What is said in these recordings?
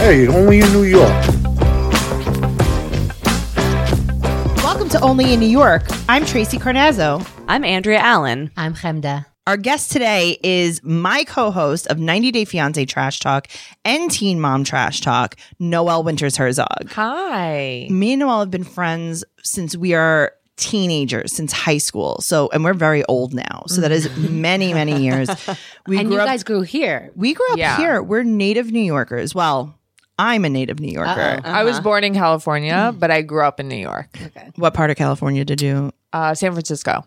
Hey, only in New York. Welcome to Only in New York. I'm Tracy Carnazzo. I'm Andrea Allen. I'm Chemda. Our guest today is my co-host of 90 Day Fiance Trash Talk and Teen Mom Trash Talk, Noelle Winters Herzog. Hi. Me and Noelle have been friends since we are teenagers, since high school. So, and we're very old now. So that is many, many years. We Mm-hmm. and grew you up- guys grew here. we grew up Yeah. here. We're native New Yorkers. Well, I'm a native New Yorker. Uh-oh. I was born in Mm. California, but I grew up in New York, What part of California did you? uh, San Francisco.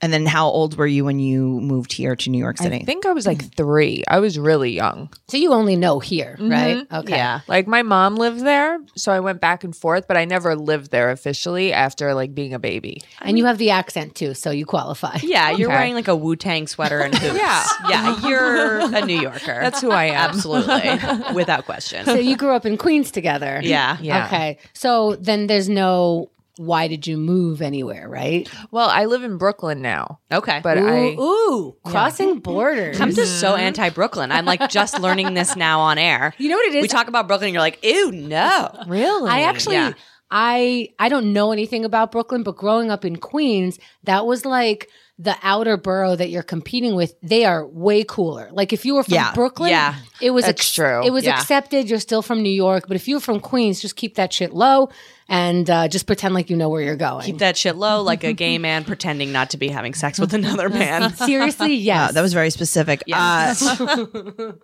And then, how old were you when you moved here to New York City? I think I was Mm. like three. I was really young. So you only know here, right? Okay. Yeah. Like my mom lived there, so I went back and forth, but I never lived there officially after like being a baby. And you have the accent too, so you qualify. Yeah, you're Okay. wearing like a Wu Tang sweater and boots. Yeah. Yeah, you're a New Yorker. That's who I am. Absolutely. Without question. So you grew up in Queens together. yeah. Yeah. Okay. So then there's no why did you move anywhere, right? Well, I live in Brooklyn now, Okay. but I ooh, ooh, crossing borders. I'm just so anti Brooklyn. I'm like just learning this now on air. you know what it is? We talk about Brooklyn and you're like, ew, no. really I actually Yeah. I I don't know anything about Brooklyn, but growing up in Queens, that was like the outer borough that you're competing with. They are way cooler. Like if you were from Yeah. Brooklyn, Yeah. it was That's true. It was Yeah. accepted. You're still from New York, but if you were from Queens, just keep that shit low and uh, just pretend like you know where you're going. Keep that shit low like a gay man pretending not to be having sex with another man. Seriously, yes. Wow, Oh, that was very specific. Uh,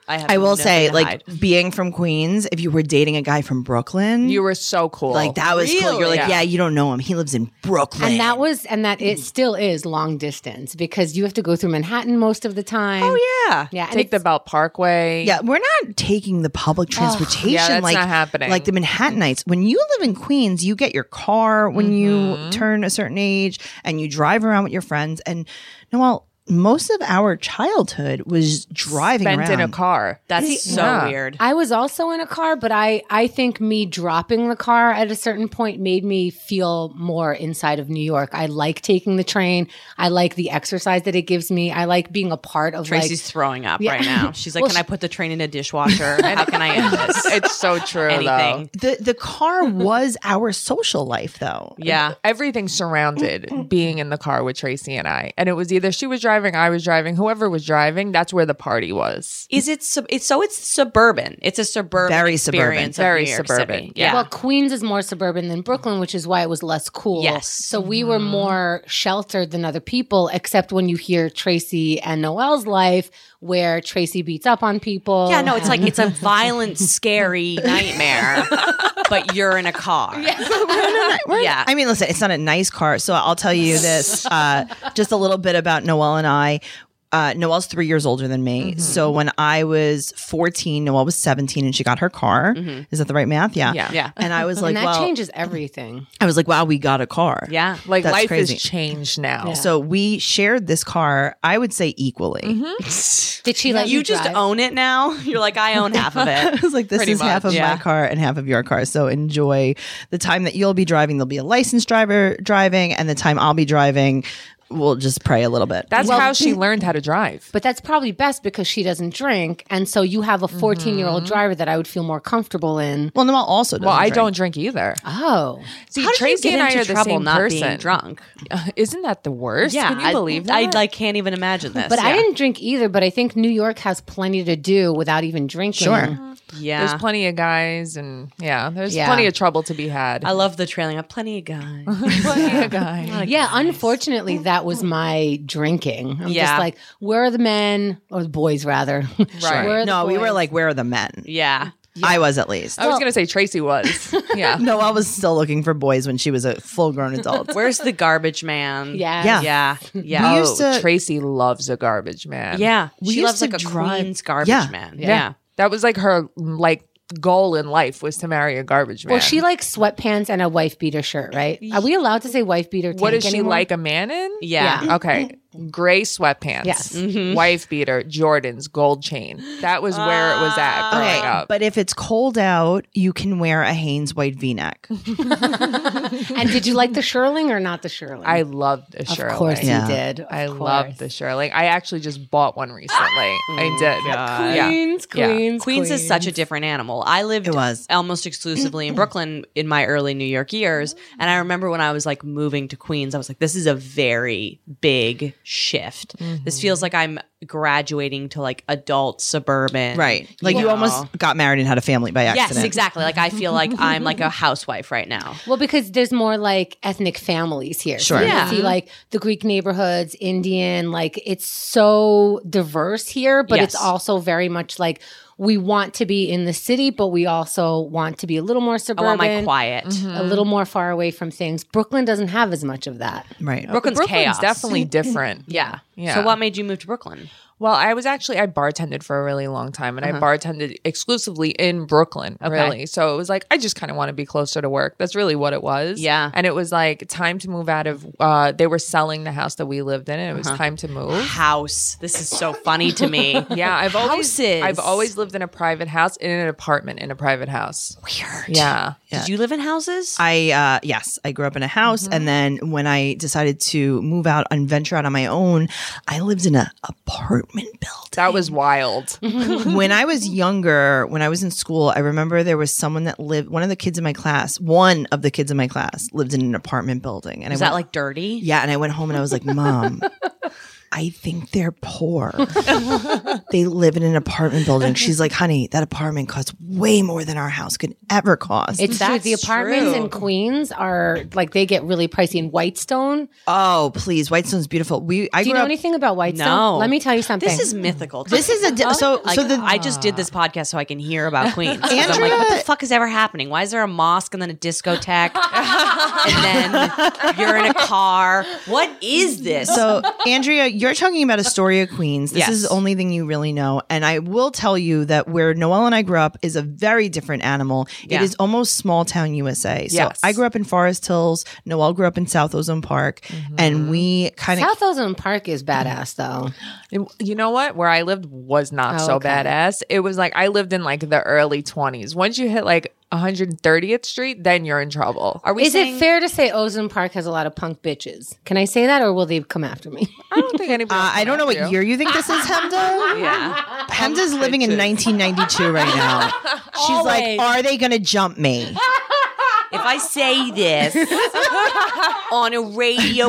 I, have I will nothing say, to like hide. being from Queens, if you were dating a guy from Brooklyn, you were so cool. like that was cool. You're like, yeah. Yeah. you don't know him. He lives in Brooklyn. and that was and that it still is long distance because you have to go through Manhattan most of the time. Oh yeah. yeah. and Take the it's- Belt Parkway. yeah, we're not taking the public transportation Oh. yeah, that's like not happening. like the Manhattanites. When you live in Queens, you get your car when Mm-hmm. you turn a certain age and you drive around with your friends and Noel, most of our childhood was driving Spent around in a car. That's so Yeah. weird. I was also in a car, but I I think me dropping the car at a certain point made me feel more inside of New York. I like taking the train. I like the exercise that it gives me. I like being a part of Tracy's like throwing up Yeah. right now. She's like, Well, Can I put the train in a dishwasher? How can I end this? it's so true though. Anything. the the car was our social life though. Yeah. everything surrounded being in the car with Tracy and I. And it was either she was driving, I was driving, whoever was driving, that's where the party was. Is it sub- it's so it's suburban. It's a suburban Very suburban. experience of Very New York suburban. City. Yeah. Well, Queens is more suburban than Brooklyn, which is why it was less cool. Yes. So we were Mm-hmm. more sheltered than other people, except when you hear Tracy and Noelle's life, where Tracy beats up on people. yeah, no, it's like it's a violent, scary nightmare, but you're in a car. Yeah. I mean, listen, it's not a nice car. So I'll tell you this uh, just a little bit about Noelle and I. Uh, Noelle's three years older than me. Mm-hmm. So when I was 14, Noelle was 17 and she got her car. Is that the right math? Yeah. Mm-hmm. Yeah. Yeah. And I was like, and that well, changes everything. I was like, wow, we got a car. Yeah. Like That's life crazy. has changed now. So we shared this car, I would say equally. Mm-hmm. Did she let you, you just drive? own it now. You're like, I own half of I it. was like, this Pretty is half much, of yeah. my car and half of your car. So enjoy the time that you'll be driving. There'll be a licensed driver driving, and the time I'll be driving, we'll just pray a little bit. That's how she learned how to drive. But that's probably best because she doesn't drink. And so you have a 14 year old driver that I would feel more comfortable in. Well, Noel also doesn't Well, I drink. don't drink either. Oh. See, How did you Tracy get and I into are the trouble same not person. being drunk? Uh, Isn't that the worst? Can you I- believe I, that? like can't even imagine this. But I Yeah. didn't drink either, but I think New York has plenty to do without even drinking. Sure. Yeah. there's plenty of guys, and yeah, there's Yeah. plenty of trouble to be had. I love the trailing. I have plenty of guys. plenty of guys. Yeah, unfortunately, that was my drinking. I'm Yeah. just like, where are the men, or the boys rather? Right. Where are the No, we were boys? like, where are the men? yeah. I was at least. I was gonna say Tracy was. Yeah. Noelle was still looking for boys when she was a full grown adult. Where's the garbage man? Yes. Yeah. Yeah. Yeah. We Oh, used to- Tracy loves a garbage man. Yeah, We she used loves to like a drive- Queens garbage Yeah. man. Yeah. Yeah. That was like her like goal in life was to marry a garbage man. Well, she likes sweatpants and a wife beater shirt, right? Are we allowed to say wife beater? what tank is she anymore? like a man in? yeah, Yeah. Okay. gray sweatpants, Yes. wife beater, Jordans, gold chain. That was where it was Ah. at growing Okay, up. but if it's cold out, you can wear a Hanes white V-neck. and did you like the shirling or not the shirling? I loved the of Shirling. course Yeah. you did. Of I course. love the Shirling. I actually just bought one recently. I did. Yeah. Queens, Yeah. Queens, Queens is such a different animal. I lived It was. almost exclusively in Brooklyn in my early New York years. And I remember when I was like moving to Queens, I was like, this is a very big shift. This feels like I'm graduating to like adult suburban. Right. Like you know. almost got married and had a family by accident. Yes, exactly. Like I feel like I'm like a housewife right now. Well, because there's more like ethnic families here. So Sure. you Yeah. see like the Greek neighborhoods, Indian, like it's so diverse here, but it's Yes. also very much like we want to be in the city, but we also want to be a little Oh, more I suburban, want my quiet. a little more far away from things. Brooklyn doesn't have as much of that. Right. Brooklyn's, chaos. definitely different. Yeah. Yeah. So what made you move to Brooklyn? Well, I was actually I bartended for a really long time, and I bartended exclusively in Brooklyn, really. So it was like I just kind of want to be closer to work. That's really what it was. Yeah. and it was like time to move out of. Uh, they were selling the house that we lived in, and it was time to move. House. This is so funny to me. Yeah, I've always Houses. I've always lived in a private house in an apartment in a private house. Weird. Yeah, Did you live in houses? I uh yes, I grew up in a house and then when I decided to move out and venture out on my own, I lived in an apartment building. that was wild. when I was younger, when I was in school, I remember there was someone that lived one of the kids in my class, one of the kids in my class lived in an apartment building. And is I went, that like dirty? Yeah, and I went home and I was like, Mom, I think they're poor. they live in an apartment building. She's like, honey, that apartment costs way more than our house could ever cost. It's true. The That's apartments true. in Queens are like they get really pricey in Whitestone. oh, please. Whitestone's beautiful. We I Do you grew know up anything about Whitestone? No. Let me tell you something. This is mythical. to This me. is a di- so Like, so the I just did this podcast so I can hear about Queens. 'Cause I'm like, Andrea- what the fuck is ever happening? Why is there a mosque and then a discotheque and then you're in a car? What is this? So, Andrea, you're talking about Astoria, Queens. This is Yes. the only thing you really know. And I will tell you that where Noelle and I grew up is a very different animal. Yeah. It is almost small town USA. So, Yes. I grew up in Forest Hills. Noelle grew up in South Ozone Park. And we kind of. South Ozone Park is badass though. It- You know what? Where I lived was not Oh, so okay. badass. It was like I lived in like the early 20s. Once you hit like 130th Street, then you're in trouble. Are we Is saying- it fair to say Ozone Park has a lot of punk bitches? Can I say that, or will they come after me? I don't think anybody. Uh, I don't know what year you think this is, Hemda. Yeah. Hemda's living in 1992 right now. She's like, are they going to jump me? if I say this on a radio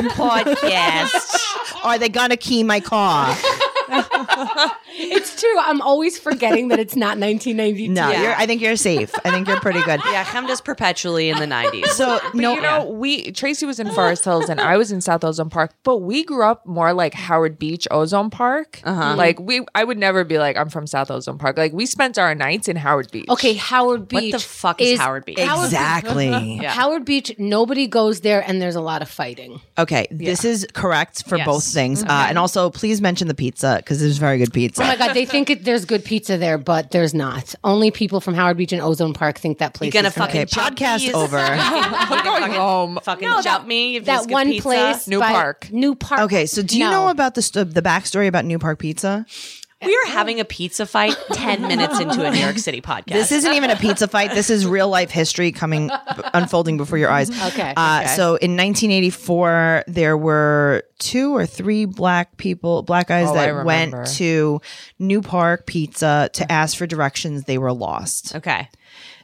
podcast? Are they going to key my car? it's true. I'm always forgetting that it's not 1992. No, Yeah. you're, I think you're safe. I think you're pretty good. Yeah, Hemda's perpetually in the 90s. So, no, You know, we Tracy was in Forest Hills and I was in South Ozone Park, but we grew up more like Howard Beach, Ozone Park. Uh-huh. Like we, I would never be like I'm from South Ozone Park. Like we spent our nights in Howard Beach. Okay, Howard What Beach. the fuck is, Howard Beach? exactly. Howard Beach. Nobody goes there, and there's a lot of fighting. Okay, this is correct for Yes. both things. Uh, and also, please mention the pizza because there's very good pizza. Mm-hmm. Oh my God, they think it, there's good pizza there, but there's not. Only people from Howard Beach and Ozone Park think that place. You're gonna is good. fucking jump podcast me. over. I'm Oh, going home. Fucking No, that- jump me. if there's that good one pizza. place, New by- Park. New Park. Okay, so do you No. know about the st- the backstory about New Park Pizza? We are having a pizza fight 10 minutes into a New York City podcast. This isn't even a pizza fight. This is real life history coming unfolding before your eyes. Mm-hmm. Okay, Uh, okay. So in 1984, there were two or three black people, black guys Oh, I that remember. went to New Park Pizza to ask for directions. They were lost. Okay.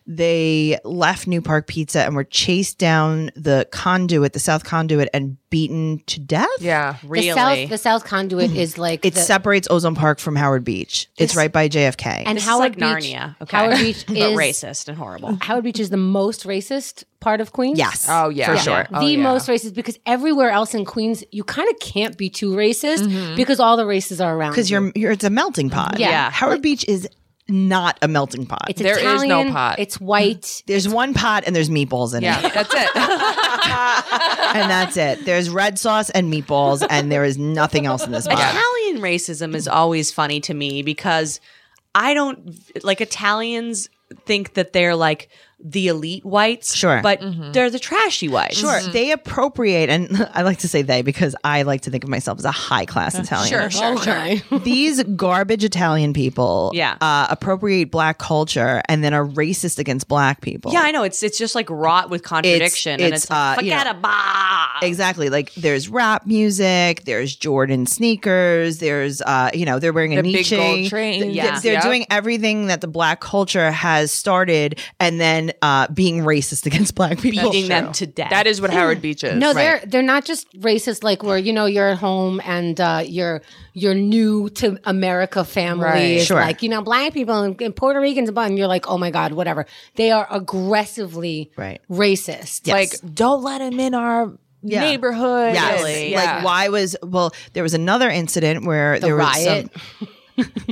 they left New Park Pizza and were chased down the conduit, the South Conduit, and beaten to death. Yeah. The Really? South, the South Conduit is like It the, separates Ozone Park from Howard Beach. It's right by JFK. and This is Howard like Beach. Narnia, okay. Howard Beach But is racist and horrible. Howard Beach is the most racist part of Queens. yes. Oh yeah. For sure. the most racist because everywhere else in Queens, you kind of can't be too racist because all the races are around. Because you're, you're, it's a melting pot. Yeah. Yeah. Howard Beach is not a melting pot. it's there is no Italian, pot. It's white. there's one pot and there's meatballs in Yeah. it. That's it. And that's it. There's red sauce and meatballs, and there is nothing else in this pot. Italian racism is always funny to me because I don't like Italians think that they're like the elite whites, Sure. but Mm-hmm. they're the trashy whites. Sure, they appropriate, and I like to say they because I like to think of myself as a high class Italian. sure, sure. Okay. These garbage Italian people, Yeah. uh, appropriate black culture and then are racist against black people. Yeah, I know. It's it's just like rot with contradiction, and it's, it's like, uh, you know, forget about. Exactly. Like there's rap music, there's Jordan sneakers, there's uh, you know, they're wearing a The big Nietzsche. gold train. Th- Yeah. They're Yep. doing everything that the black culture has started and then uh being racist against black people. beating them to death. That is what Howard Beach is. No, they're they're not just racist. Like where you know you're at home and uh, your your new to America family Right. is Sure. like you know black people and, and Puerto Ricans and blah, and you're like oh my god whatever. They are aggressively Right. racist. Yes. like don't let him in our neighborhood. Yes. And, Like why was well, there was another incident where there riot. was some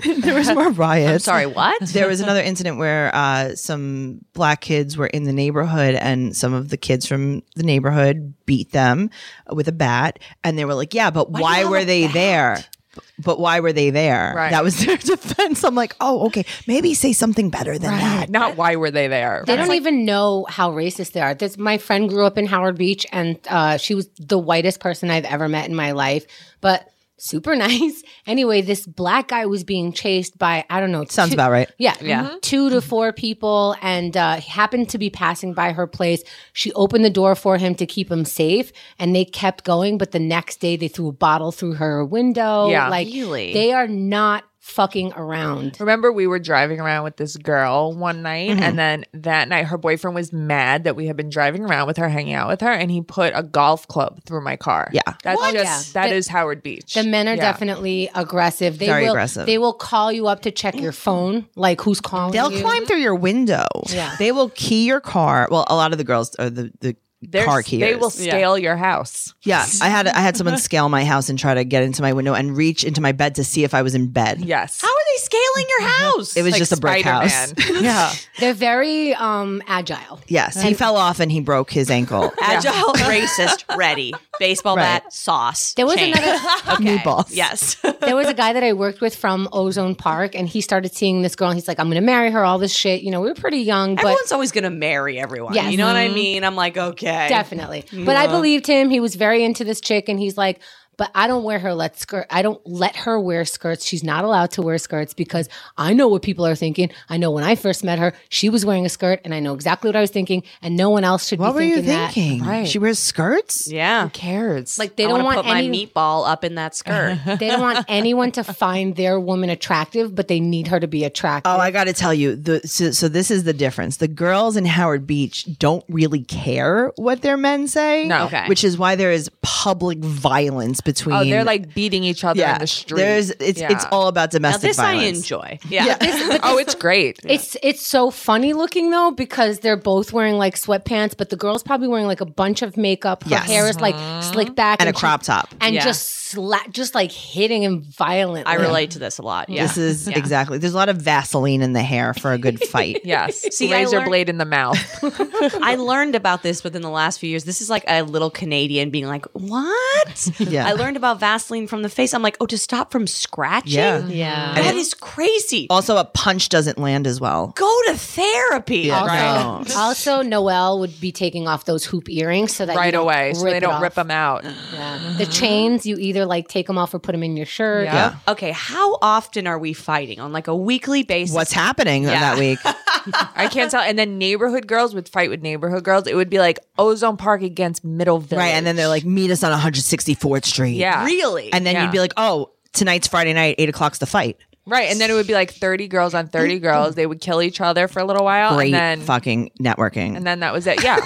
there was more riots. sorry. What? there was another incident where uh, some black kids were in the neighborhood and some of the kids from the neighborhood beat them with a bat and they were like yeah but why, were they there B- but why were they there Right. that was their defense i'm like oh okay maybe say something better than that not why were they there? They don't even know how racist they are. This, my friend grew up in Howard Beach, and uh, she was the whitest person I've ever met in my life, but super nice. Anyway, this black guy was being chased by I don't know. sounds two- about right Yeah, Mm-hmm. Yeah. Two to four people, and uh, he happened to be passing by her place. She opened the door for him to keep him safe, and they kept going. But the next day, they threw a bottle through her window. Yeah. like Really? they are not fucking around. Remember, we were driving around with this girl one night, Mm-hmm. and then that night her boyfriend was mad that we had been driving around with her, hanging out with her, and he put a golf club through my car. Yeah. that's What? just Yeah. that is The- Howard Beach. The men are Yeah. definitely aggressive. They Very will, aggressive. They will call you up to check your phone, like who's calling they'll you. climb through your window Yeah. they will key your car well a lot of the girls are the the They're- car keys They will scale your house. yeah i had i had someone scale my house and try to get into my window and reach into my bed to see if i was in bed Yes, How are they scaling your house? it was Like just a brick house Spider-Man. yeah, They're very um, agile. Yes, he fell off and he broke his ankle. agile, racist, ready, baseball Right. bat, sauce. There was chain. another- okay. Meatballs. Yes. There was a guy that I worked with from Ozone Park, and he started seeing this girl. And he's like, "I'm going to marry her." All this shit. You know, we were pretty young, but Everyone's always gonna marry everyone. Yes. Mm-hmm. You know what I mean? I'm like, okay, definitely. "Mm-hmm." But I Yeah. believed him. He was very into this chick, and he's like, "But I don't wear her let skirt. I don't let her wear skirts. She's not allowed to wear skirts because I know what people are thinking. I know when I first met her, she was wearing a skirt, and I know exactly what I was thinking, and no one else should What be were you thinking that." thinking? Right. She wears skirts. Yeah. who cares? Like they I don't wanna want put any my meatball up in that skirt. they don't want anyone to find their woman attractive, but they need her to be attractive. Oh, I got to tell you, the so, so this is the difference. The girls in Howard Beach don't really care what their men say. No. Okay. which is why there is public violence between. oh, they're like beating each other in the street. There's it's it's Yeah. all about now domestic this I violence. enjoy. Yeah. oh, it's great. It's it's so funny looking though because they're both wearing like sweatpants, but the girl's probably wearing like a bunch of makeup. Her Yes. hair is like Uh-huh. slicked back and a she- crop top. and Yeah. just slap, just like hitting him violently. I relate to this a lot. Yeah. This is Yeah. exactly. There's a lot of Vaseline in the hair for a good fight. Yes, See, I razor learned- blade in the mouth. I learned about this within the last few years. This is like a little Canadian being like, "What?" Yeah. I learned about Vaseline from the face. I'm like, "Oh, to stop from scratching." Yeah. Yeah. That is crazy. Also, a punch doesn't land as well. Go to therapy. Yeah. Also, Right. also, Noelle would be taking off those hoop earrings so that you right don't away, so rip they it don't off. rip them out. Yeah. The chains, you either like take them off or put them in your shirt. Yeah. Okay, how often are we fighting on like a weekly basis? What's happening that week? I can't tell. And then neighborhood girls would fight with neighborhood girls. It would be like Ozone Park against Middle Village. Right. And then they're like, meet us on 164th Street. yeah, really? And then Yeah. you'd be like, oh, tonight's Friday night, eight o'clock's the fight. right. And then it would be like thirty girls on thirty girls. They would kill each other for a little while, Great and then fucking networking. and then that was it. Yeah.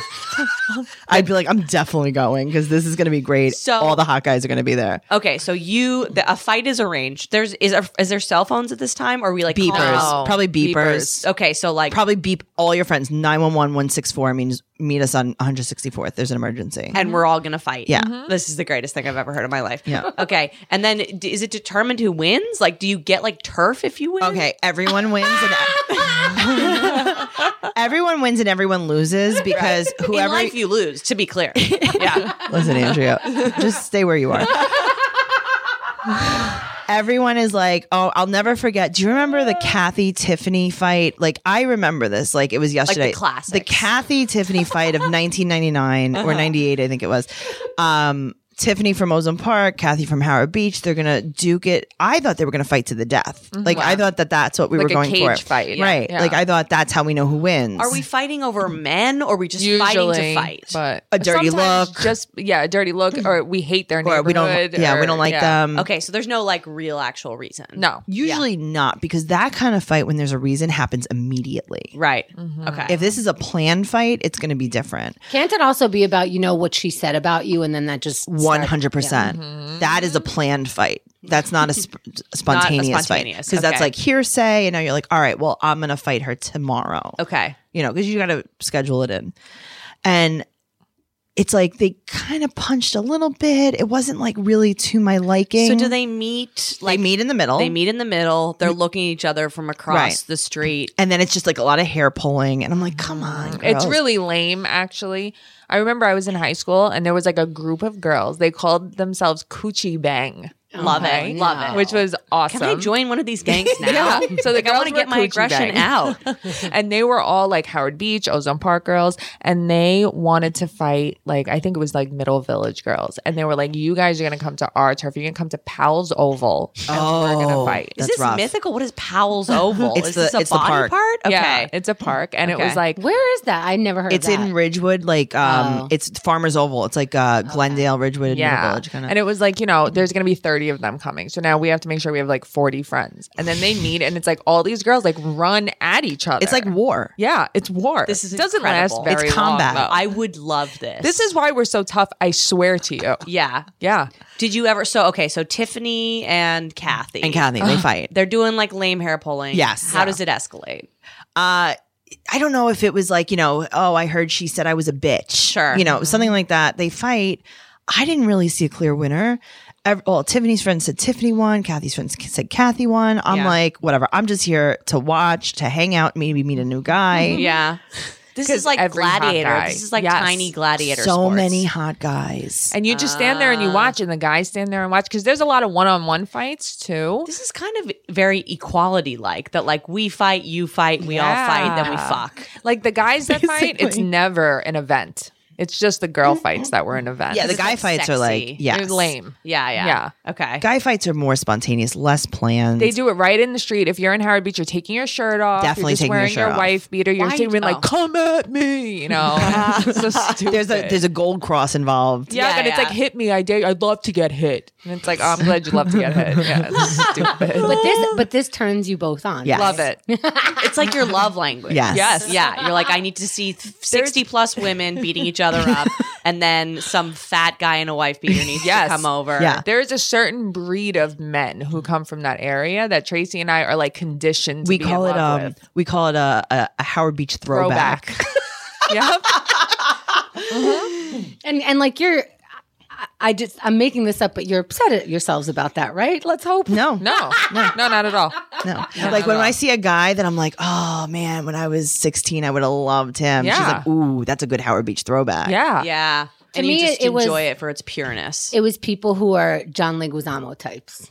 I'd be like, I'm definitely going because this is going to be great. So- All the hot guys are going to be there. okay, so you the, a fight is arranged. There's is there, is there cell phones at this time? Or are we like Beepers. calling- Probably beepers. Beepers. Okay, so like Probably beep all your friends. 911 164 means meet us on 164th. There's an emergency. and we're all gonna fight. Yeah. Mm-hmm. this is the greatest thing I've ever heard in my life. Yeah. Okay, and then d- is it determined who wins? Like, do you get like turf if you win? Okay, everyone wins and everyone wins and everyone loses because Whoever in whoever life you lose, to be clear. yeah. Listen, Andrea, just stay where you are. everyone is like, "Oh, I'll never forget." Do you remember the Kathy Tiffany fight? Like I remember this. Like it was yesterday. classics. The Kathy Tiffany fight of 1999 Uh-huh. or 98, I think it was. Um, Tiffany from Ozone Park, Kathy from Howard Beach. They're gonna duke it. I thought they were gonna fight to the death. Like I thought that that's what we were Mm-hmm. a going for. cage fight. Yeah. right? Yeah. Like I thought that's how we know who wins. Are we fighting over men or are we just fighting to fight? but A dirty sometimes look. Just yeah, a dirty look, or we hate their Or neighborhood. we don't. Yeah, we or- don't like yeah. them. okay, so there's no like real actual reason. No, Usually not because that kind of fight, when there's a reason, happens immediately. Right. Okay. Mm-hmm. If this is a planned fight, it's going to be different. Can't it also be about you know what she said about you, and then that just One hundred percent. Mm-hmm. That is a planned fight. That's not a, sp- spontaneous, fight spontaneous, because that's okay. like hearsay, and now you're like, all right, well, I'm going to fight her tomorrow. okay. you know, because you got to schedule it in. And it's like they kind of punched a little bit. It wasn't like really to my liking. So do they meet They like meet in the middle. they meet in the middle. They're looking at each other from across Right. the street. and then it's just like a lot of hair pulling, and I'm like, come on, It's girls. really lame, actually. I remember I was in high school and there was like a group of girls. They called themselves Coochie Bang, Oh Love it. Okay. Love it. which was awesome. Can I join one of these gangs now? Yeah. So the like, I girls want to were get my coochie aggression bang. out. and they were all like Howard Beach, Ozone Park girls, and they wanted to fight like I think it was like Middle Village girls, and they were like, "You guys are gonna come to our turf. You're gonna come to Powell's Oval, and we're gonna Oh. fight." Is That's this rough. mythical? What is Powell's Oval? It's is the- this a it's the body park. part? Okay. Yeah, it's a park, and it was Okay. like Where is that? I never heard. It's of that. in Ridgewood, like um, Oh. it's Farmers Oval. It's like uh, Glendale, Ridgewood, yeah. Middle yeah, Village, kind of. and it was like you know, there's gonna be 30 of them coming, so now we have to make sure we have like 40 friends, and then they meet, and it's like all these girls like run at each other. It's like war. yeah, it's war. This is doesn't incredible. last very It's combat. long, though. I would love this. this is why we're so tough. I swear to you. yeah. Yeah. Did you ever? So okay. So Tiffany and Kathy And Kathy, they fight. They're doing like lame hair pulling. Yes. How does it escalate? uh I don't know if it was like, you know, oh, I heard she said I was a bitch. Sure. You know, something like that. They fight. I didn't really see a clear winner. Ev- Well, Tiffany's friend said Tiffany won. Kathy's friend said Kathy won. I'm Yeah. like, whatever. I'm just here to watch, to hang out, maybe meet a new guy. Yeah. This 'Cause is like every hot gladiator. guy- This is like Yes. tiny gladiator. So sports. many hot guys. And you just stand there and you Ah. watch, and the guys stand there and watch because there's a lot of one-on-one fights too. This is kind of very equality like that. Like we fight, you fight, we all fight, then we Yeah. fuck. Like the guys that fight, it's Basically. Mm-hmm. never an event. It's just the girl fights that were an event. yeah, the This is, guy like, fights are sexy. like, They're yes. lame. Yeah. Yeah. Yeah. Okay. Guy fights are more spontaneous, less planned. They do it right in the street. If you're in Howard Beach, you're taking your shirt off. Definitely you're just taking your wearing shirt off. wife beater. You're Why- just being oh. like, "Come at me," you know. It's so stupid. There's a there's a gold cross involved. yeah, Yeah, and it's yeah. like, "Hit me, I dare. I'd love to get hit." And it's like, oh, "I'm glad you love to get hit." Yeah, it's stupid. But this, but this turns you both on. Yes. love it. It's like your love language. Yes. Yes. Yeah. You're like, I need to see th- 60 plus women beating each other up and then some fat guy in a wife beater needs Yes. to come over. Yeah. There is a certain breed of men who come from that area that Tracy and I are like conditioned. To Mm-hmm. We be call in it love um with. we call it a, a, a Howard Beach throwback. throwback. yeah, and and like you're, I, I just I'm making this up, but you're upset at yourselves about that, right? Let's hope. No. no, no, not at all. No. like when I see a guy that I'm like, oh man, when I was 16, I would have loved him. She's Yeah. like, ooh, that's a good Howard Beach throwback. Yeah, Yeah. and me, you just it was- enjoy it for its pureness. It was people who are John Leguizamo types.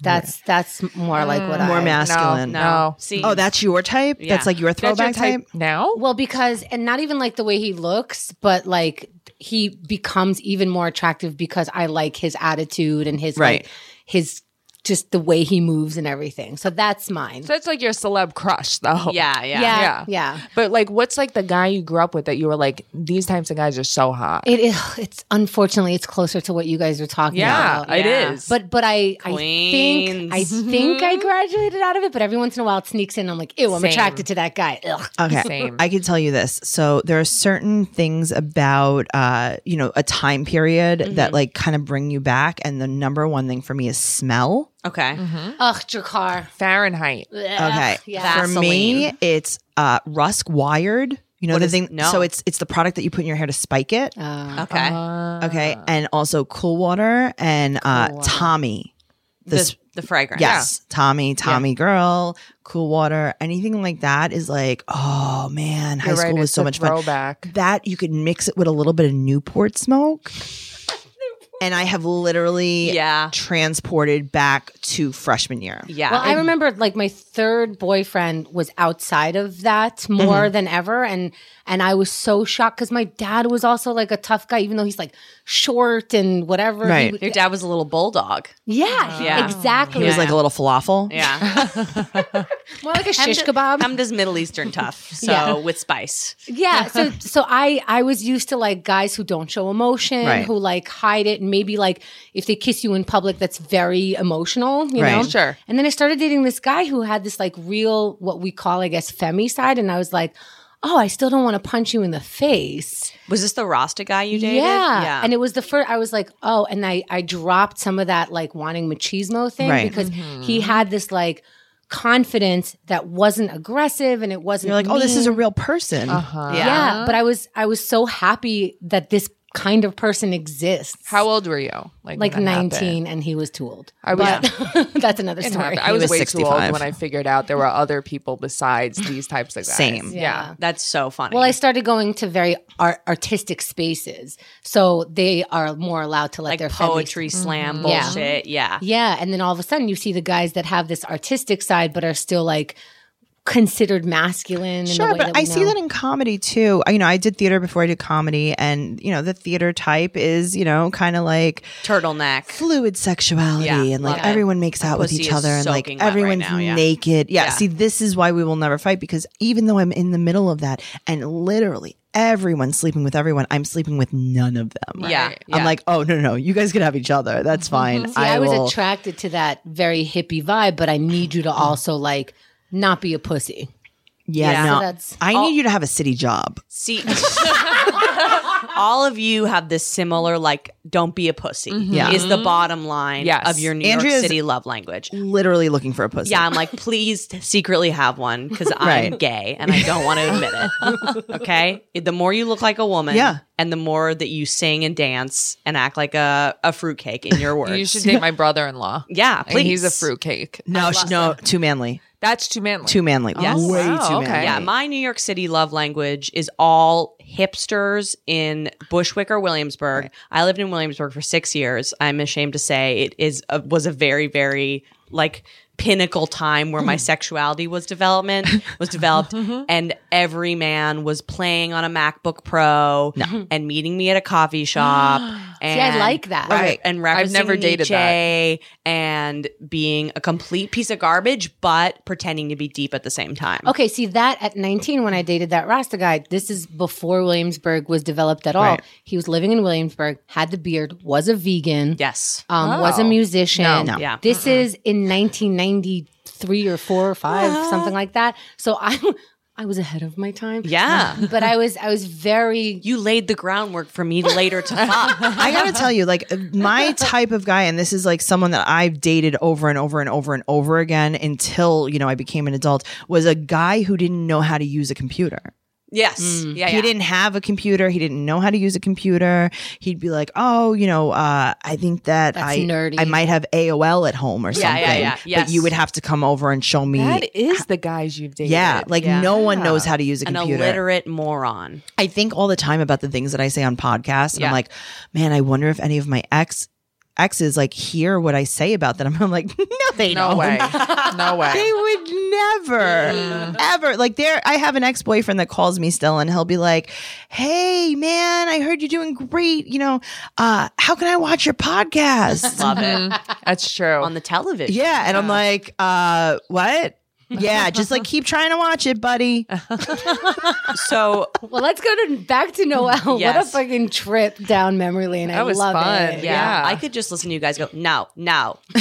That's that's more like what Mm. More I masculine. No, no. See, Oh, that's your type? Yeah. That's like your That's your throwback type? now. Well, because and not even like the way he looks, but like he becomes even more attractive because I like his attitude and his Right. like, his just the way he moves and everything. So that's mine. So it's like your celeb crush, though. yeah, yeah, yeah, yeah. yeah, But like, what's like the guy you grew up with that you were like, these types of guys are so hot. It is. It's unfortunately it's closer to what you guys were talking Yeah, about. it Yeah. is. But but I I think I Queens. think I graduated out of it. But every once in a while it sneaks in. I'm like, ew, I'm Same. attracted to that guy. Ugh. Okay. Same. I can tell you this. So there are certain things about uh, you know, a time period Mm-hmm. that like kind of bring you back. And the number one thing for me is smell. Okay. Ugh, Jakar. Fahrenheit. Okay. Yeah. For me, Vaseline. it's uh rusk wired. You know What the is- thing no. so it's it's the product that you put in your hair to spike it. Uh, Okay. Uh, Okay. Ah. And also cool water and uh, Tommy. the, This, the fragrance. yes. Tommy, Tommy girl, cool water, anything like that is like, oh man, high You're school right, was it's so a much fun. throwback. That you could mix it with a little bit of Newport smoke. and I have literally Yeah. transported back to freshman year. Yeah. Well, I remember like my third boyfriend was outside of that more than ever, and and I was so shocked because my dad was also like a tough guy, even though he's like short and whatever. He Right. would- Your dad was a little bulldog. yeah, he- Yeah. exactly. He was like a little falafel. Yeah. more like a shish just- kebab. I'm just Middle Eastern tough. So Yeah. with spice. yeah, so so I I was used to like guys who don't show emotion, Right. who like hide it, and maybe like if they kiss you in public, that's very emotional, you Right. know. Sure. And then I started dating this guy who had this like real what we call I guess femi side, and I was like, oh, I still don't want to punch you in the face. Was this the Rasta guy you dated? Yeah. Yeah. And it was the first, I was like, oh, and I, I dropped some of that like wanting machismo thing Right. because he had this like confidence that wasn't aggressive and it wasn't You're like, oh, this is a mean." real person. Uh-huh. Yeah. yeah. But I was, I was so happy that this kind of person exists. How old were you? when like that happened? 19 and he was too old. I was. But that's another It story. happened. I was, was way too 65. old when I figured out there were other people besides these types of guys. Same. Yeah. That's so funny. Well, I started going to very art- artistic spaces. So they are more allowed to let like their femi- poetry slam Mm-hmm. Yeah. bullshit. Yeah. Yeah, and then all of a sudden you see the guys that have this artistic side but are still like considered masculine. in the Sure, way but that we I see know. that in comedy too. I- You know, I did theater before I did comedy, and you know, the theater type is you know kind of like Turtleneck. fluid sexuality, Yeah, and like love it. everyone makes out with pussy each is other, and like soaking wet right everyone's now, yeah. naked. Yeah, Yeah. See, this is why we will never fight because even though I'm in the middle of that, and literally everyone's sleeping with everyone, I'm sleeping with none of them. Yeah. Right. yeah. Mm-hmm. I'm like, oh no, no, no, you guys can have each other. That's fine. See, I, was will- attracted to that very hippie vibe, but I need you to also like not be a pussy. yeah, Yeah. no. So that's- I need you to have a city job. See, all of you have this similar, like, don't be a pussy Yeah. Mm-hmm. is the bottom line Yes. of your New York Andrea's- City love language. Literally looking for a pussy. Yeah, I'm like, please secretly have one because I'm Right. gay and I don't want to admit it. Okay. The more you look like a woman, Yeah. and the more that you sing and dance and act like a, a fruitcake in your words. You should date my brother in law. yeah, please. And he's a fruitcake. No, sh- no, too manly. That's too manly. Too manly. Oh, Yes. Way Wow, too okay. manly. Yeah, my New York City love language is all hipsters in Bushwick or Williamsburg. I lived in Williamsburg for six years. I'm ashamed to say it is a, was a very very like pinnacle time where Hmm. my sexuality was development was developed, Mm-hmm. and every man was playing on a MacBook Pro and meeting me at a coffee shop. and like that. Right, and referencing I've never dated that. Nietzsche and being a complete piece of garbage, but pretending to be deep at the same time. Okay, see that at 19 when I dated that Rasta guy, this is before Williamsburg was developed at all. Right. He was living in Williamsburg, had the beard, was a vegan, Yes. um, was a Oh. musician. No. Yeah. This is in 1993 or four or five, something like that. So I, I was ahead of my time. Yeah. but I was, I was very. You laid the groundwork for me later to fuck. I gotta tell you, like my type of guy, and this is like someone that I've dated over and over and over and over again until you know I became an adult, was a guy who didn't know how to use a computer. Yes. Yeah, He yeah. didn't have a computer. He didn't know how to use a computer. He'd be like, "Oh, you know, uh, I think that That's I nerdy. I might have AOL at home or Yeah, something." yeah, yeah. But Yes. you would have to come over and show me. That is the guys you've dated. yeah, like Yeah. no one knows how to use a An computer. illiterate moron. I think all the time about the things that I say on podcasts, and Yeah. I'm like, man, I wonder if any of my ex exes like hear what I say about them. I'm like, no, they no don't. way. No way. They would never, Mm. ever like. There, I have an ex boyfriend that calls me still, and he'll be like, "Hey, man, I heard you're doing great. You know, uh, how can I watch your podcast?" Love it. That's true. On the television. yeah, and I'm like, uh, "What?" Yeah, just like keep trying to watch it, buddy. So Well, let's go to back to Noel. What a Yes. fucking trip down memory lane. I That was love fun. it. yeah, Yeah. I could just listen to you guys go, no, no, no,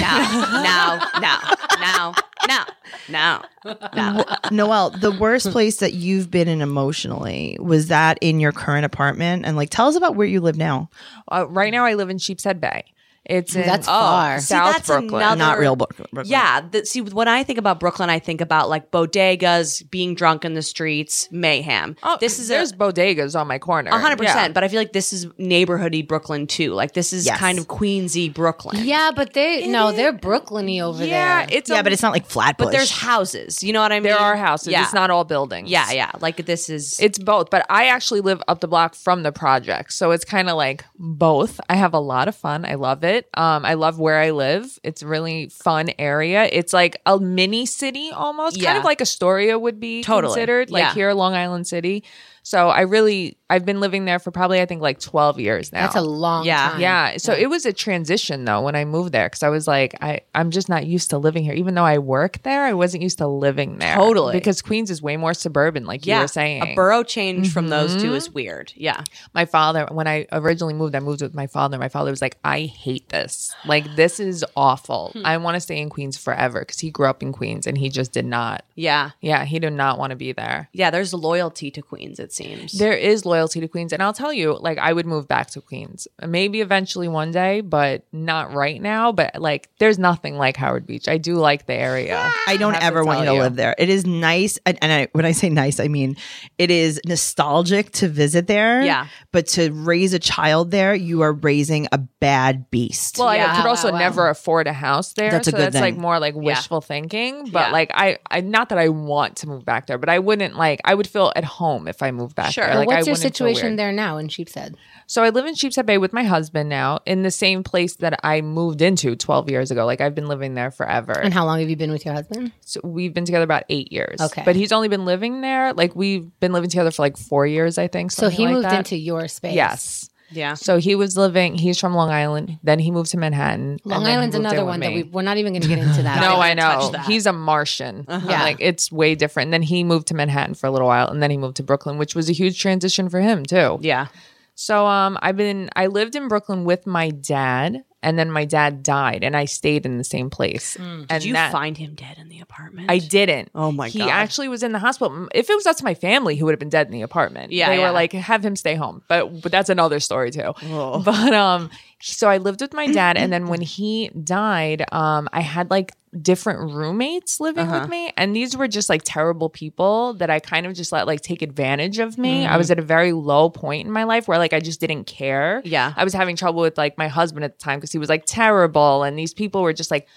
no, no, no, no, no, no. Noelle, the worst place that you've been in emotionally was that in your current apartment. And like, tell us about where you live now. uh, right now I live in Sheepshead Bay. It's in That's oh, far. See, South that's Brooklyn. another- Not real Brook- Brooklyn. Yeah. That, see, when I think about Brooklyn, I think about like bodegas, being drunk in the streets, mayhem. Oh, this is a there's bodegas on my corner. a hundred Yeah. percent. But I feel like this is neighborhoody Brooklyn too. Like this is Yes. kind of Queensy Brooklyn. Yeah, but they no, they're Brooklyny over Yeah, there. it's Yeah, a- but it's not like Flatbush. But there's houses. You know what I mean? there are houses. Yeah. It's not all buildings. Yeah, yeah. Like this is. It's both, but I actually live up the block from the project. So it's kind of like both. I have a lot of fun. I love it. Um, I love where I live. It's a really fun area. It's like a mini city almost, kind Yeah. of like Astoria would be Totally. considered, like Yeah. here, Long Island City. So I really, I've been living there for probably, I think, like 12 years now. That's a long Yeah. time. Yeah. So it was a transition though when I moved there because I was like, I, I'm just not used to living here. Even though I work there, I wasn't used to living there. Totally. Because Queens is way more suburban, like you yeah, were saying. Mm-hmm. a borough change from those two is weird. Yeah, my father, when I originally moved, I moved with my father. My father was like, I hate this. Like, this is awful. I want to stay in Queens forever because he grew up in Queens and he just did not. yeah, Yeah. He did not want to be there. yeah. There's loyalty to Queens. It seems. There is loyalty to Queens. And I'll tell you, like, I would move back to Queens. Maybe eventually one day, but not right now. But like, there's nothing like Howard Beach. I do like the area. I don't have to ever want you to tell you. live there. It is nice, and, and I, when I say nice, I mean it is nostalgic to visit there. Yeah. but to raise a child there, you are raising a bad beast. Well, Yeah. I could Wow, also wow. never afford a house there. That's a so good that's like thing. more like wishful thinking. But Yeah. like I, I not that I want to move back there, but I wouldn't like I would feel at home if I moved back Sure. there. Well, Like I What's your wouldn't feel situation weird. there now in Sheepshead? So I live in Sheepshead Bay with my husband now in the same place that I moved into 12 years ago. Like I've been living there forever. And how long have you been with your husband? So we've been together about eight years. Okay. But he's only been living there. Like we've been living together for like four years, I think. So he something like moved that. into your space. Yes. yeah, So he was living, he's from Long Island. Then he moved to Manhattan. and Long then he Island's moved in another with one that me. we, we're not even going to get into that. No, I I didn't touch know. that. Uh-huh. He's a Martian. Yeah. Like it's way different. And then he moved to Manhattan for a little while and then he moved to Brooklyn, which was a huge transition for him too. yeah. So um I've been I lived in Brooklyn with my dad and then my dad died and I stayed in the same place. And Mm. Did you that- find him dead in the apartment? I didn't. Oh my he God. He actually was in the hospital. If it was up to my family, he would have been dead in the apartment. Yeah, they yeah. were like, have him stay home. But but that's another story too. Oh. But um, so I lived with my dad, and then when he died, um, I had like different roommates living Uh-huh. with me, and these were just like terrible people that I kind of just let like take advantage of me. Mm-hmm. I was at a very low point in my life where like I just didn't care. Yeah. I was having trouble with like my husband at the time because he was like terrible, and these people were just like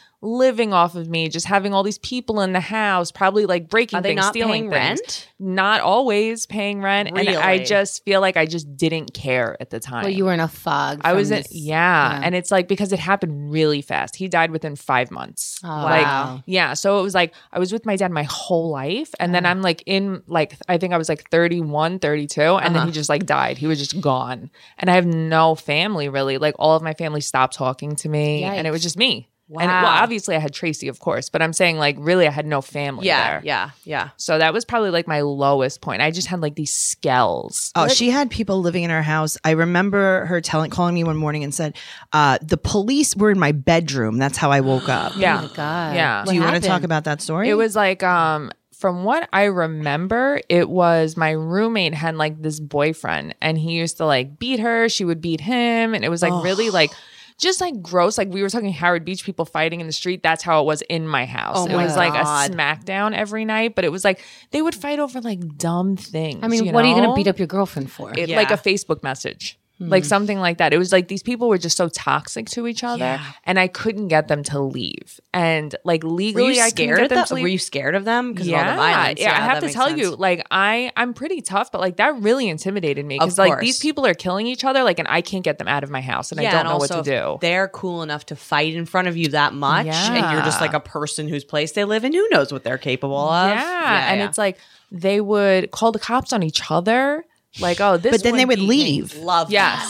living off of me, just having all these people in the house, probably like breaking Are they things, not stealing paying things. rent? Not always paying rent, and I Really? just feel like I just didn't care at the time. Well, you were in a fog. I from was in, this- yeah, yeah. and it's like because it happened really fast. He died within five months. Oh, like, wow. Yeah, so it was like I was with my dad my whole life, and then I'm like in like I think I was like 31, 32, and Uh-huh. then he just like died. He was just gone, and I have no family really. Like all of my family stopped talking to me, and it was Yikes. just me. And well, Wow. obviously I had Tracy, of course, but I'm saying like really I had no family Yeah, there. yeah, yeah. So that was probably like my lowest point. I just had like these skells. Oh, she had people living in her house. I remember her telling, calling me one morning and said, uh, "The police were in my bedroom. That's how I woke up." yeah. Oh my God. Yeah. Do you want to talk happened? about that story? It was like um from what I remember, it was my roommate had like this boyfriend and he used to like beat her, she would beat him, and it was like really like just like gross. Like we were talking Howard Beach people fighting in the street. That's how it was in my house. Oh it my was like God. a smackdown every night, but it was like they would fight over like dumb things. I mean, you what are you going know? to beat up your girlfriend for? It- Yeah. like a Facebook message, like something like that. It was like these people were just so toxic to each other, and I couldn't get them to leave. And like Were legally, you I couldn't scared get of them them? to leave. Were you scared of them? 'Cause of all the violence. I that have to makes tell sense. you, like I, I'm pretty tough, but like that really intimidated me Of because like course. these people are killing each other, like, and I can't get them out of my house, and I don't and know also what to if do. They're cool enough to fight in front of you that much, and you're just Yeah. like a person whose place they live in. Who knows what they're capable of? yeah. and it's like they would call the cops on each other, like, oh, this. but then they one would beat me. leave, love. Yes.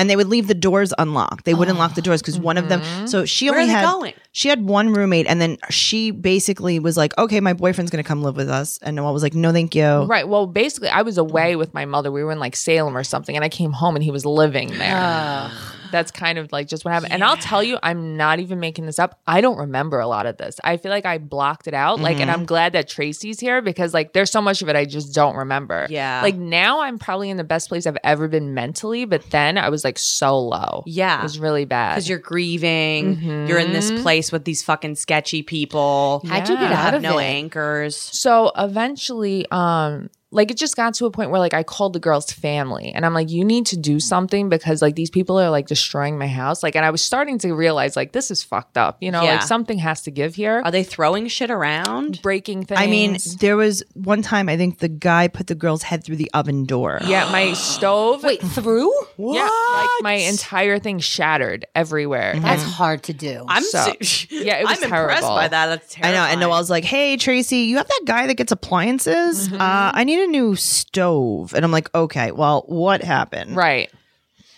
and they would leave the doors unlocked. They wouldn't lock the doors because one of Mm-hmm. them. So she Where are only they had going? she had one roommate, and then she basically was like, "Okay, my boyfriend's going to come live with us," and Noel was like, "No, thank you." Oh. Right. Well, Mm. basically, I was away with my mother. We were in like Salem or something, and I came home and he was living there. That's kind of like just what happened. And I'll tell you, I'm not even making this up. I don't remember a lot of this. I feel like I blocked it out. Like, and Mm-hmm. I'm glad that Tracy's here because like there's so much of it I just don't remember. Yeah. Like now I'm probably in the best place I've ever been mentally, but then I was like so low. Yeah. It was really bad. because you're grieving. You're in this place with these fucking sketchy people. How'd you get You Yeah. out have of no it? anchors. So eventually, um, like it just got to a point where like I called the girl's family and I'm like, you need to do something because like these people are like destroying my house. Like, and I was starting to realize like this is fucked up, you know, Yeah. like something has to give here. Are they throwing shit around? Breaking things. I mean, there was one time I think the guy put the girl's head through the oven door. yeah, my stove. Wait, through? Yeah, like my entire thing shattered everywhere. That's hard to do. I'm So- s- Yeah, it was I'm impressed terrible. by that. That's I terrifying. know. And Noelle's like, hey, Tracy, you have that guy that gets appliances? Mm-hmm. Uh, I need a new stove. And I'm like, okay, well, what happened? Right.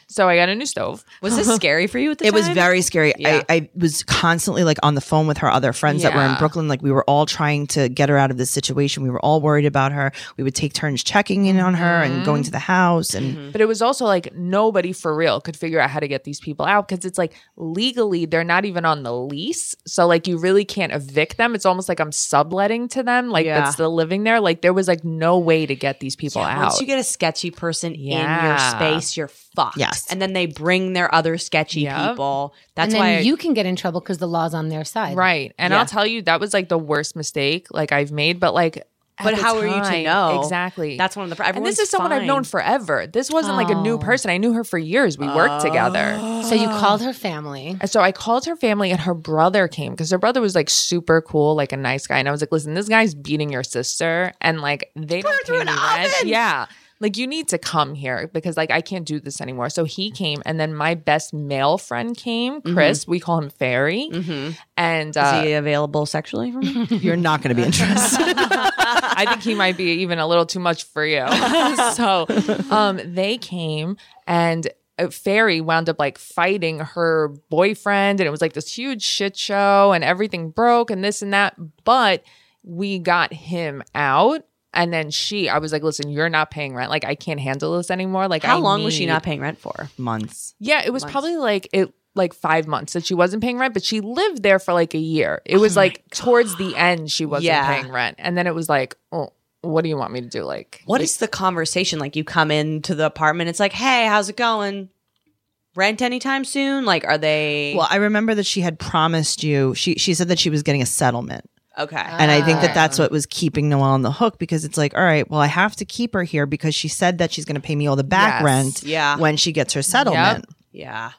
So I got a new stove. was this scary for you at the It time? was very scary. Yeah. I, I was constantly like on the phone with her other friends that were in Yeah. Brooklyn. Like we were all trying to get her out of this situation. We were all worried about her. We would take turns checking in on her and going to the house. And But it was also like nobody for real could figure out how to get these people out because it's like legally they're not even on the lease. So like you really can't evict them. It's almost like I'm subletting to them, like Yeah. that's still living there. Like there was like no way to get these people Once out. you get a sketchy person Yeah. in your space, you're fucked. Yes. And then they bring their other sketchy Yep. people. That's and then why I- you can get in trouble because the law's on their side. right. And Yeah. I'll tell you that was like the worst mistake like I've made, but like at But the how are you to time- know? Exactly. that's one of the and everyone's this is someone I've fine. known forever. This wasn't like a new Oh. person. I knew her for years. We worked together. So you called her family. And so I called her family and her brother came because her brother was like super cool, like a nice guy. And I was like, listen, this guy's beating your sister and like they don't pay me rent. Yeah. Like you need to come here because like I can't do this anymore. So he came and then my best male friend came, Chris. We call him Fairy. And Mm-hmm. Is uh, he available sexually for me? you're not going to be interested. I think he might be even a little too much for you. so um, they came and uh, Fairy wound up like fighting her boyfriend, and it was like this huge shit show, and everything broke, and this and that. But we got him out. And then she, I was like, listen, you're not paying rent. Like, I can't handle this anymore. Like, How I long was she need- not paying rent for? Months. yeah, it was probably like it like five months that she wasn't paying rent, but she lived there for like a year. It was like towards the end she wasn't Yeah. paying rent. And then it was like, oh, what do you want me to do? Like What is the conversation like? You come into the apartment, it's like, "Hey, how's it going? Rent anytime soon?" Like, are they Well, I remember that she had promised you, she, she said that she was getting a settlement. okay? And I think Ah. that that's what was keeping Noelle on the hook because it's like, all right, well, I have to keep her here because she said that she's going to pay me all the back Yes. rent Yeah. when she gets her settlement. yeah.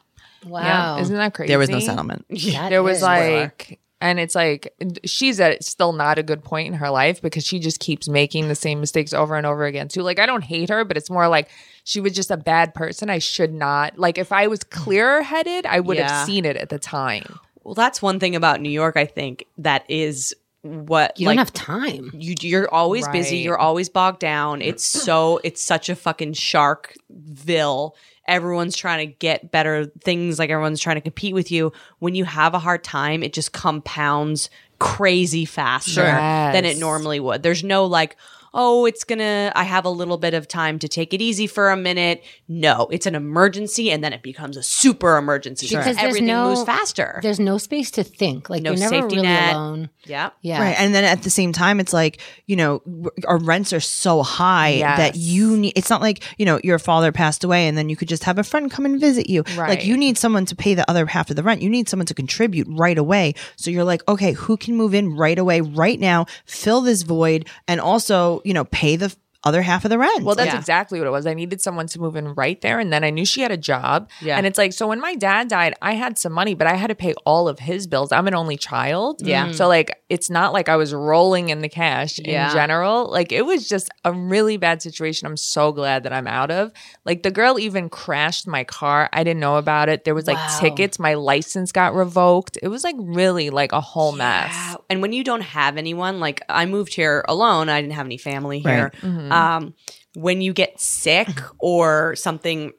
yeah, Wow. isn't that crazy? There was no settlement. That there was is- like and it's like she's at still not a good point in her life because she just keeps making the same mistakes over and over again too like i don't hate her but it's more like she was just a bad person i should not like if i was clearer headed i would Yeah. have seen it at the time Well, that's one thing about New York. I think that is what you like, don't have time. you you're always busy Right. you're always bogged down it's so it's such a fucking sharkville everyone's trying to get better things like everyone's trying to compete with you when you have a hard time it just compounds crazy faster than it Yes. normally would there's no like oh it's gonna i have a little bit of time to take it easy for a minute no it's an emergency and then it becomes a super emergency Because there's everything no- moves faster There's no space to think. Like No you're never safety really net. alone. yeah Yeah. Right. And then at the same time, it's like, you know, w- our rents are so high that Yes. you need, it's not like, you know, your father passed away and then you could just have a friend come and visit you. Like Right. you need someone to pay the other half of the rent. You need someone to contribute right away. So you're like, okay, who can move in right away, right now, fill this void and also, you know, pay the f- other half of the rent. Well, that's Yeah. exactly what it was. I needed someone to move in right there. And then I knew she had a job. Yeah. And it's like, so when my dad died, I had some money, but I had to pay all of his bills. I'm an only child. Yeah. So, like, it's not like I was rolling in the cash Yeah. in general. Like, it was just a really bad situation. I'm so glad that I'm out of. Like, the girl even crashed my car. I didn't know about it. There was like Wow. tickets. My license got revoked. It was like really like a whole mess. Wow. And when you don't have anyone, like I moved here alone, I didn't have any family here. Mm-hmm. Um, when you get sick or something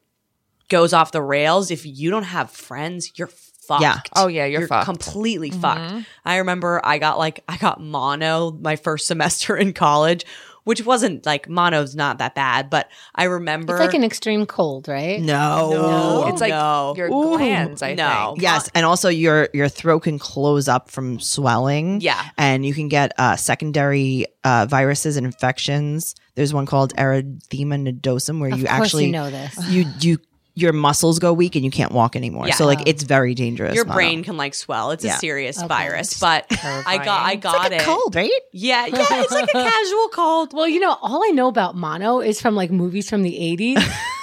goes off the rails, if you don't have friends, you're fucked. Yeah. Oh, yeah. You're, fucked. Mm-hmm. completely fucked. I remember I got like I got mono my first semester in college, which wasn't like mono's not that bad, but I remember It's like an extreme cold, right? No. No. it's like Oh, No. your Ooh. glands. I No. think. Yes, and also your your throat can close up from swelling. Yeah. and you can get uh, secondary uh, viruses and infections. There's one called erythema nodosum where Of you course actually you know this. you you your muscles go weak and you can't walk anymore. Yeah. So like it's very dangerous. your mono. brain can like swell. It's a Yeah. serious Okay. virus, but I Terrifying. got I It's got It's it. cold, right? Yeah, yeah, it's like a casual cold. Well, you know, all I know about mono is from like movies from the 80s.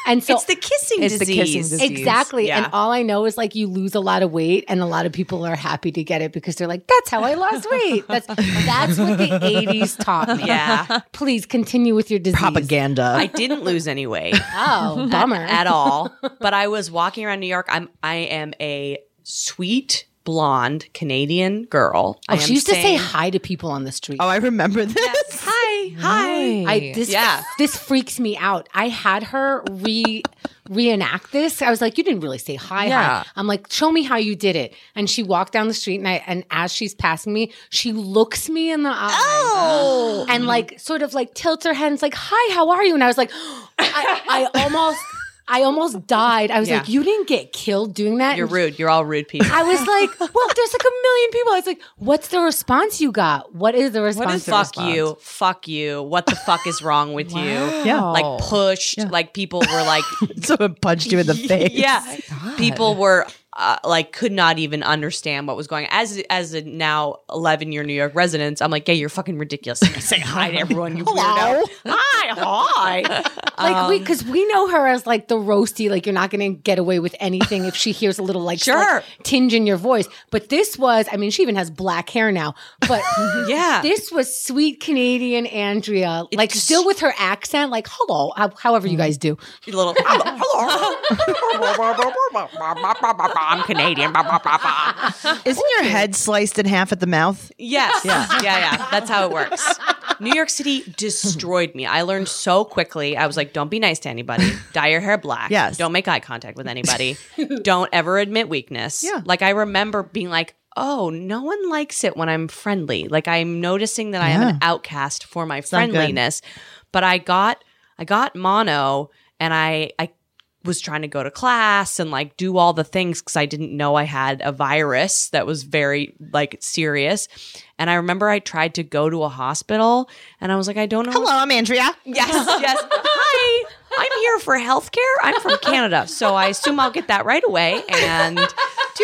And so it's the kissing It's the disease. kissing disease. Exactly. Yeah. And all I know is like you lose a lot of weight and a lot of people are happy to get it because they're like, that's how I lost weight. That's that's what the 80s taught me. Yeah. Please continue with your disease. Propaganda. I didn't lose any weight Oh, bummer. at all, but I was walking around New York. I'm I am a sweet blonde Canadian girl. I oh, am she used to say saying- hi to people on the street. oh, I remember this. hi, hi. I this Yeah. this freaks me out. I had her re reenact this. I was like, you didn't really say hi. Yeah. Hi. I'm like, show me how you did it. And she walked down the street, and I and as she's passing me, she looks me in the eye and like sort of like tilts her head and is like, hi, how are you? And I was like, I, I almost. I almost died. I was Yeah. like, "You didn't get killed doing that." You're And rude. You're all rude people. I was like, "Well, there's like a million people." I was like, "What's the response you got? What is the response?" is to fuck response? fuck you, fuck you. What the fuck is wrong with you? Yeah. Like pushed. Like people were like, Someone punched you in the face. yeah. People were uh, like could not even understand what was going. As as a now eleven year New York resident, I'm like, yeah, you're fucking ridiculous. You say hi to everyone. You weirdo. Hi, hi. Like we, Um, because we know her as like the roasty. Like you're not going to get away with anything if she hears a little like Sure. slight tinge in your voice. But this was, I mean, she even has black hair now. But Yeah. this was sweet Canadian Andrea, like just- still with her accent, like hello, how- however you Mm. guys do. You little hello. I'm Canadian. Isn't your head sliced in half at the mouth? Yes. Yeah. yeah, yeah. That's how it works. New York City destroyed me. I learned so quickly. I was like, don't be nice to anybody. Dye your hair black. Yes. Don't make eye contact with anybody. don't ever admit weakness. Yeah. Like I remember being like, oh, no one likes it when I'm friendly. Like I'm noticing that I am an outcast for my not good. friendliness. But I got I got mono and I I was trying to go to class and like do all the things because I didn't know I had a virus that was very like serious. And I remember I tried to go to a hospital and I was like, I don't know. Hello, I'm Andrea. Yes, yes. Hi. I'm here for healthcare. I'm from Canada. So I assume I'll get that right away. And Do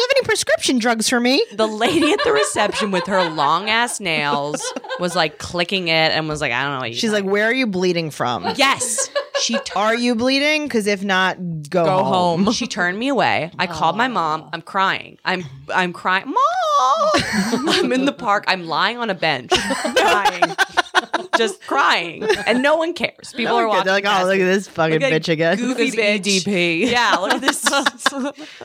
you have any prescription drugs for me? the lady at the reception with her long ass nails was like clicking it and was like, I don't know what you She's like, where are you bleeding from? Yes. She Are you bleeding? Because if not, go, Go home. home. She turned me away. I called my mom. I'm crying. I'm I'm crying. Mom! I'm in the park. I'm lying on a bench, crying, just crying, and no one cares. People are walking. They're like, oh, past look at me. this fucking Look at bitch again. Goofy This bitch. EDP. Yeah, look at this.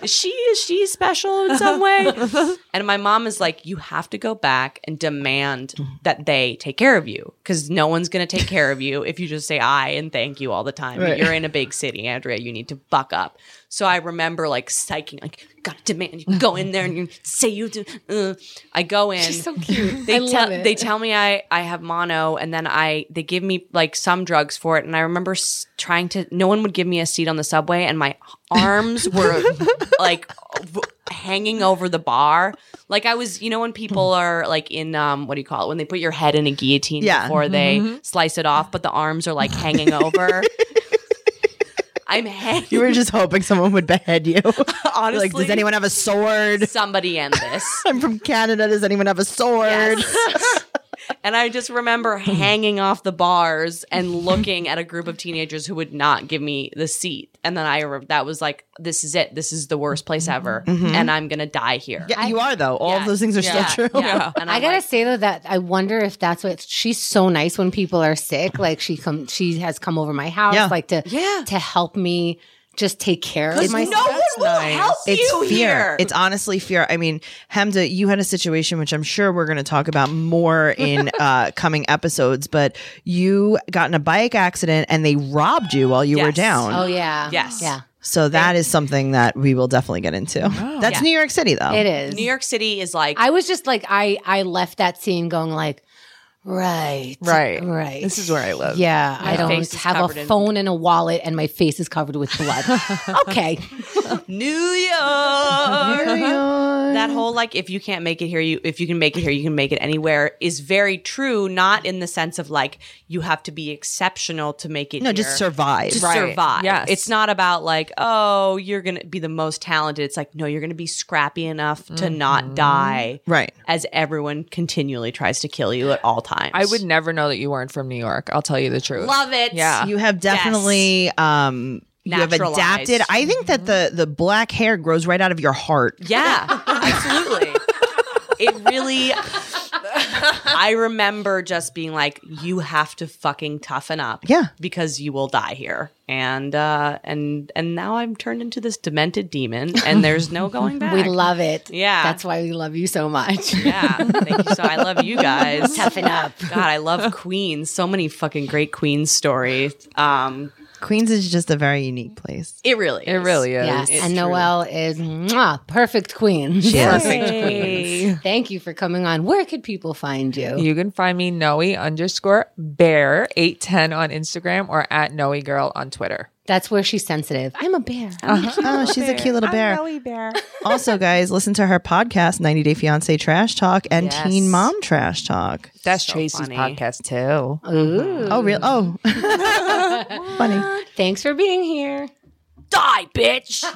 is E she is she special in some way? And my mom is like, you have to go back and demand that they take care of you because no one's gonna take care of you if you just say I and thank you all the time. Right. You're in a big city, Andrea. You need to buck up. So I remember like psyching, like gotta demand you go in there and you say you do. Uh. I go in. She's so cute. They I tell love it. they tell me I I have mono, and then I they give me like some drugs for it. And I remember s- trying to. No one would give me a seat on the subway, and my arms were like v- hanging over the bar. Like I was, you know, when people are like in um, what do you call it? When they put your head in a guillotine Yeah. Mm-hmm. before they slice it off, but the arms are like hanging over. I'm hanging. You were just hoping someone would behead you. honestly. like, does anyone have a sword? Somebody end this. I'm from Canada. Does anyone have a sword? And I just remember hanging off the bars and looking at a group of teenagers who would not give me the seat. And then I re- that was like, this is it. This is the worst place ever, and I'm gonna die here. Mm-hmm. Yeah, you are though. All Yeah. of those things are still true. yeah. And I I'm gotta like, say though that I wonder if that's what she's so nice when people are sick. Like she come, she has come over my house, Yeah. like to Yeah. to help me just take care of myself. no one will help It's you fear. here. It's honestly fear. I mean, Hemda, you had a situation which I'm sure we're going to talk about more in uh, coming episodes, but you got in a bike accident and they robbed you while you were Yes. down. Oh yeah. Yes. Yeah. So that is something that we will definitely get into. That's Oh. Yeah. New Oh. York City, though. It is. New York City is like I was just like I I left that scene going like Right. Right. Right. This is where I live. Yeah, I don't face is have covered a in- phone and a wallet, and my face is covered with blood. okay, New York. that whole like if you can't make it here you if you can make it here you can make it anywhere is very true not in the sense of like you have to be exceptional to make it No, just here. survive. Just Right. survive Yes. it's not about like oh you're gonna be the most talented it's like no you're gonna be scrappy enough to Mm-hmm. not die Right. as everyone continually tries to kill you at all times I would never know that you weren't from New York. I'll tell you the truth. love it Yeah. You have definitely um you have Naturalized. Mm-hmm. adapted. I think that the the black hair grows right out of your heart. Yeah, absolutely. It really. I remember just being like, "You have to fucking toughen up, Yeah. because you will die here." And uh, and and now I'm turned into this demented demon, and there's no going back. we love it. Yeah. that's why we love you so much. yeah, thank you. So I love you guys. Toughen up. God, I love Queens. So many fucking great Queens stories. Um, Queens is just a very unique place. it really, It really is. Yes, It's and true. Noelle is mwah, perfect queen. Yes. Queens. Thank you for coming on. Where could people find you? You can find me Noe underscore bear eight ten on Instagram or at Noe girl on Twitter. That's where she's sensitive. I'm a bear. Uh-huh. Oh, she's a cute little bear. also, guys, listen to her podcast, 90 Day Fiance Trash Talk and Yes. Teen Mom Trash Talk. That's So Tracy's funny. podcast too. Ooh. Oh, real? Oh, funny. Thanks for being here. Die, bitch.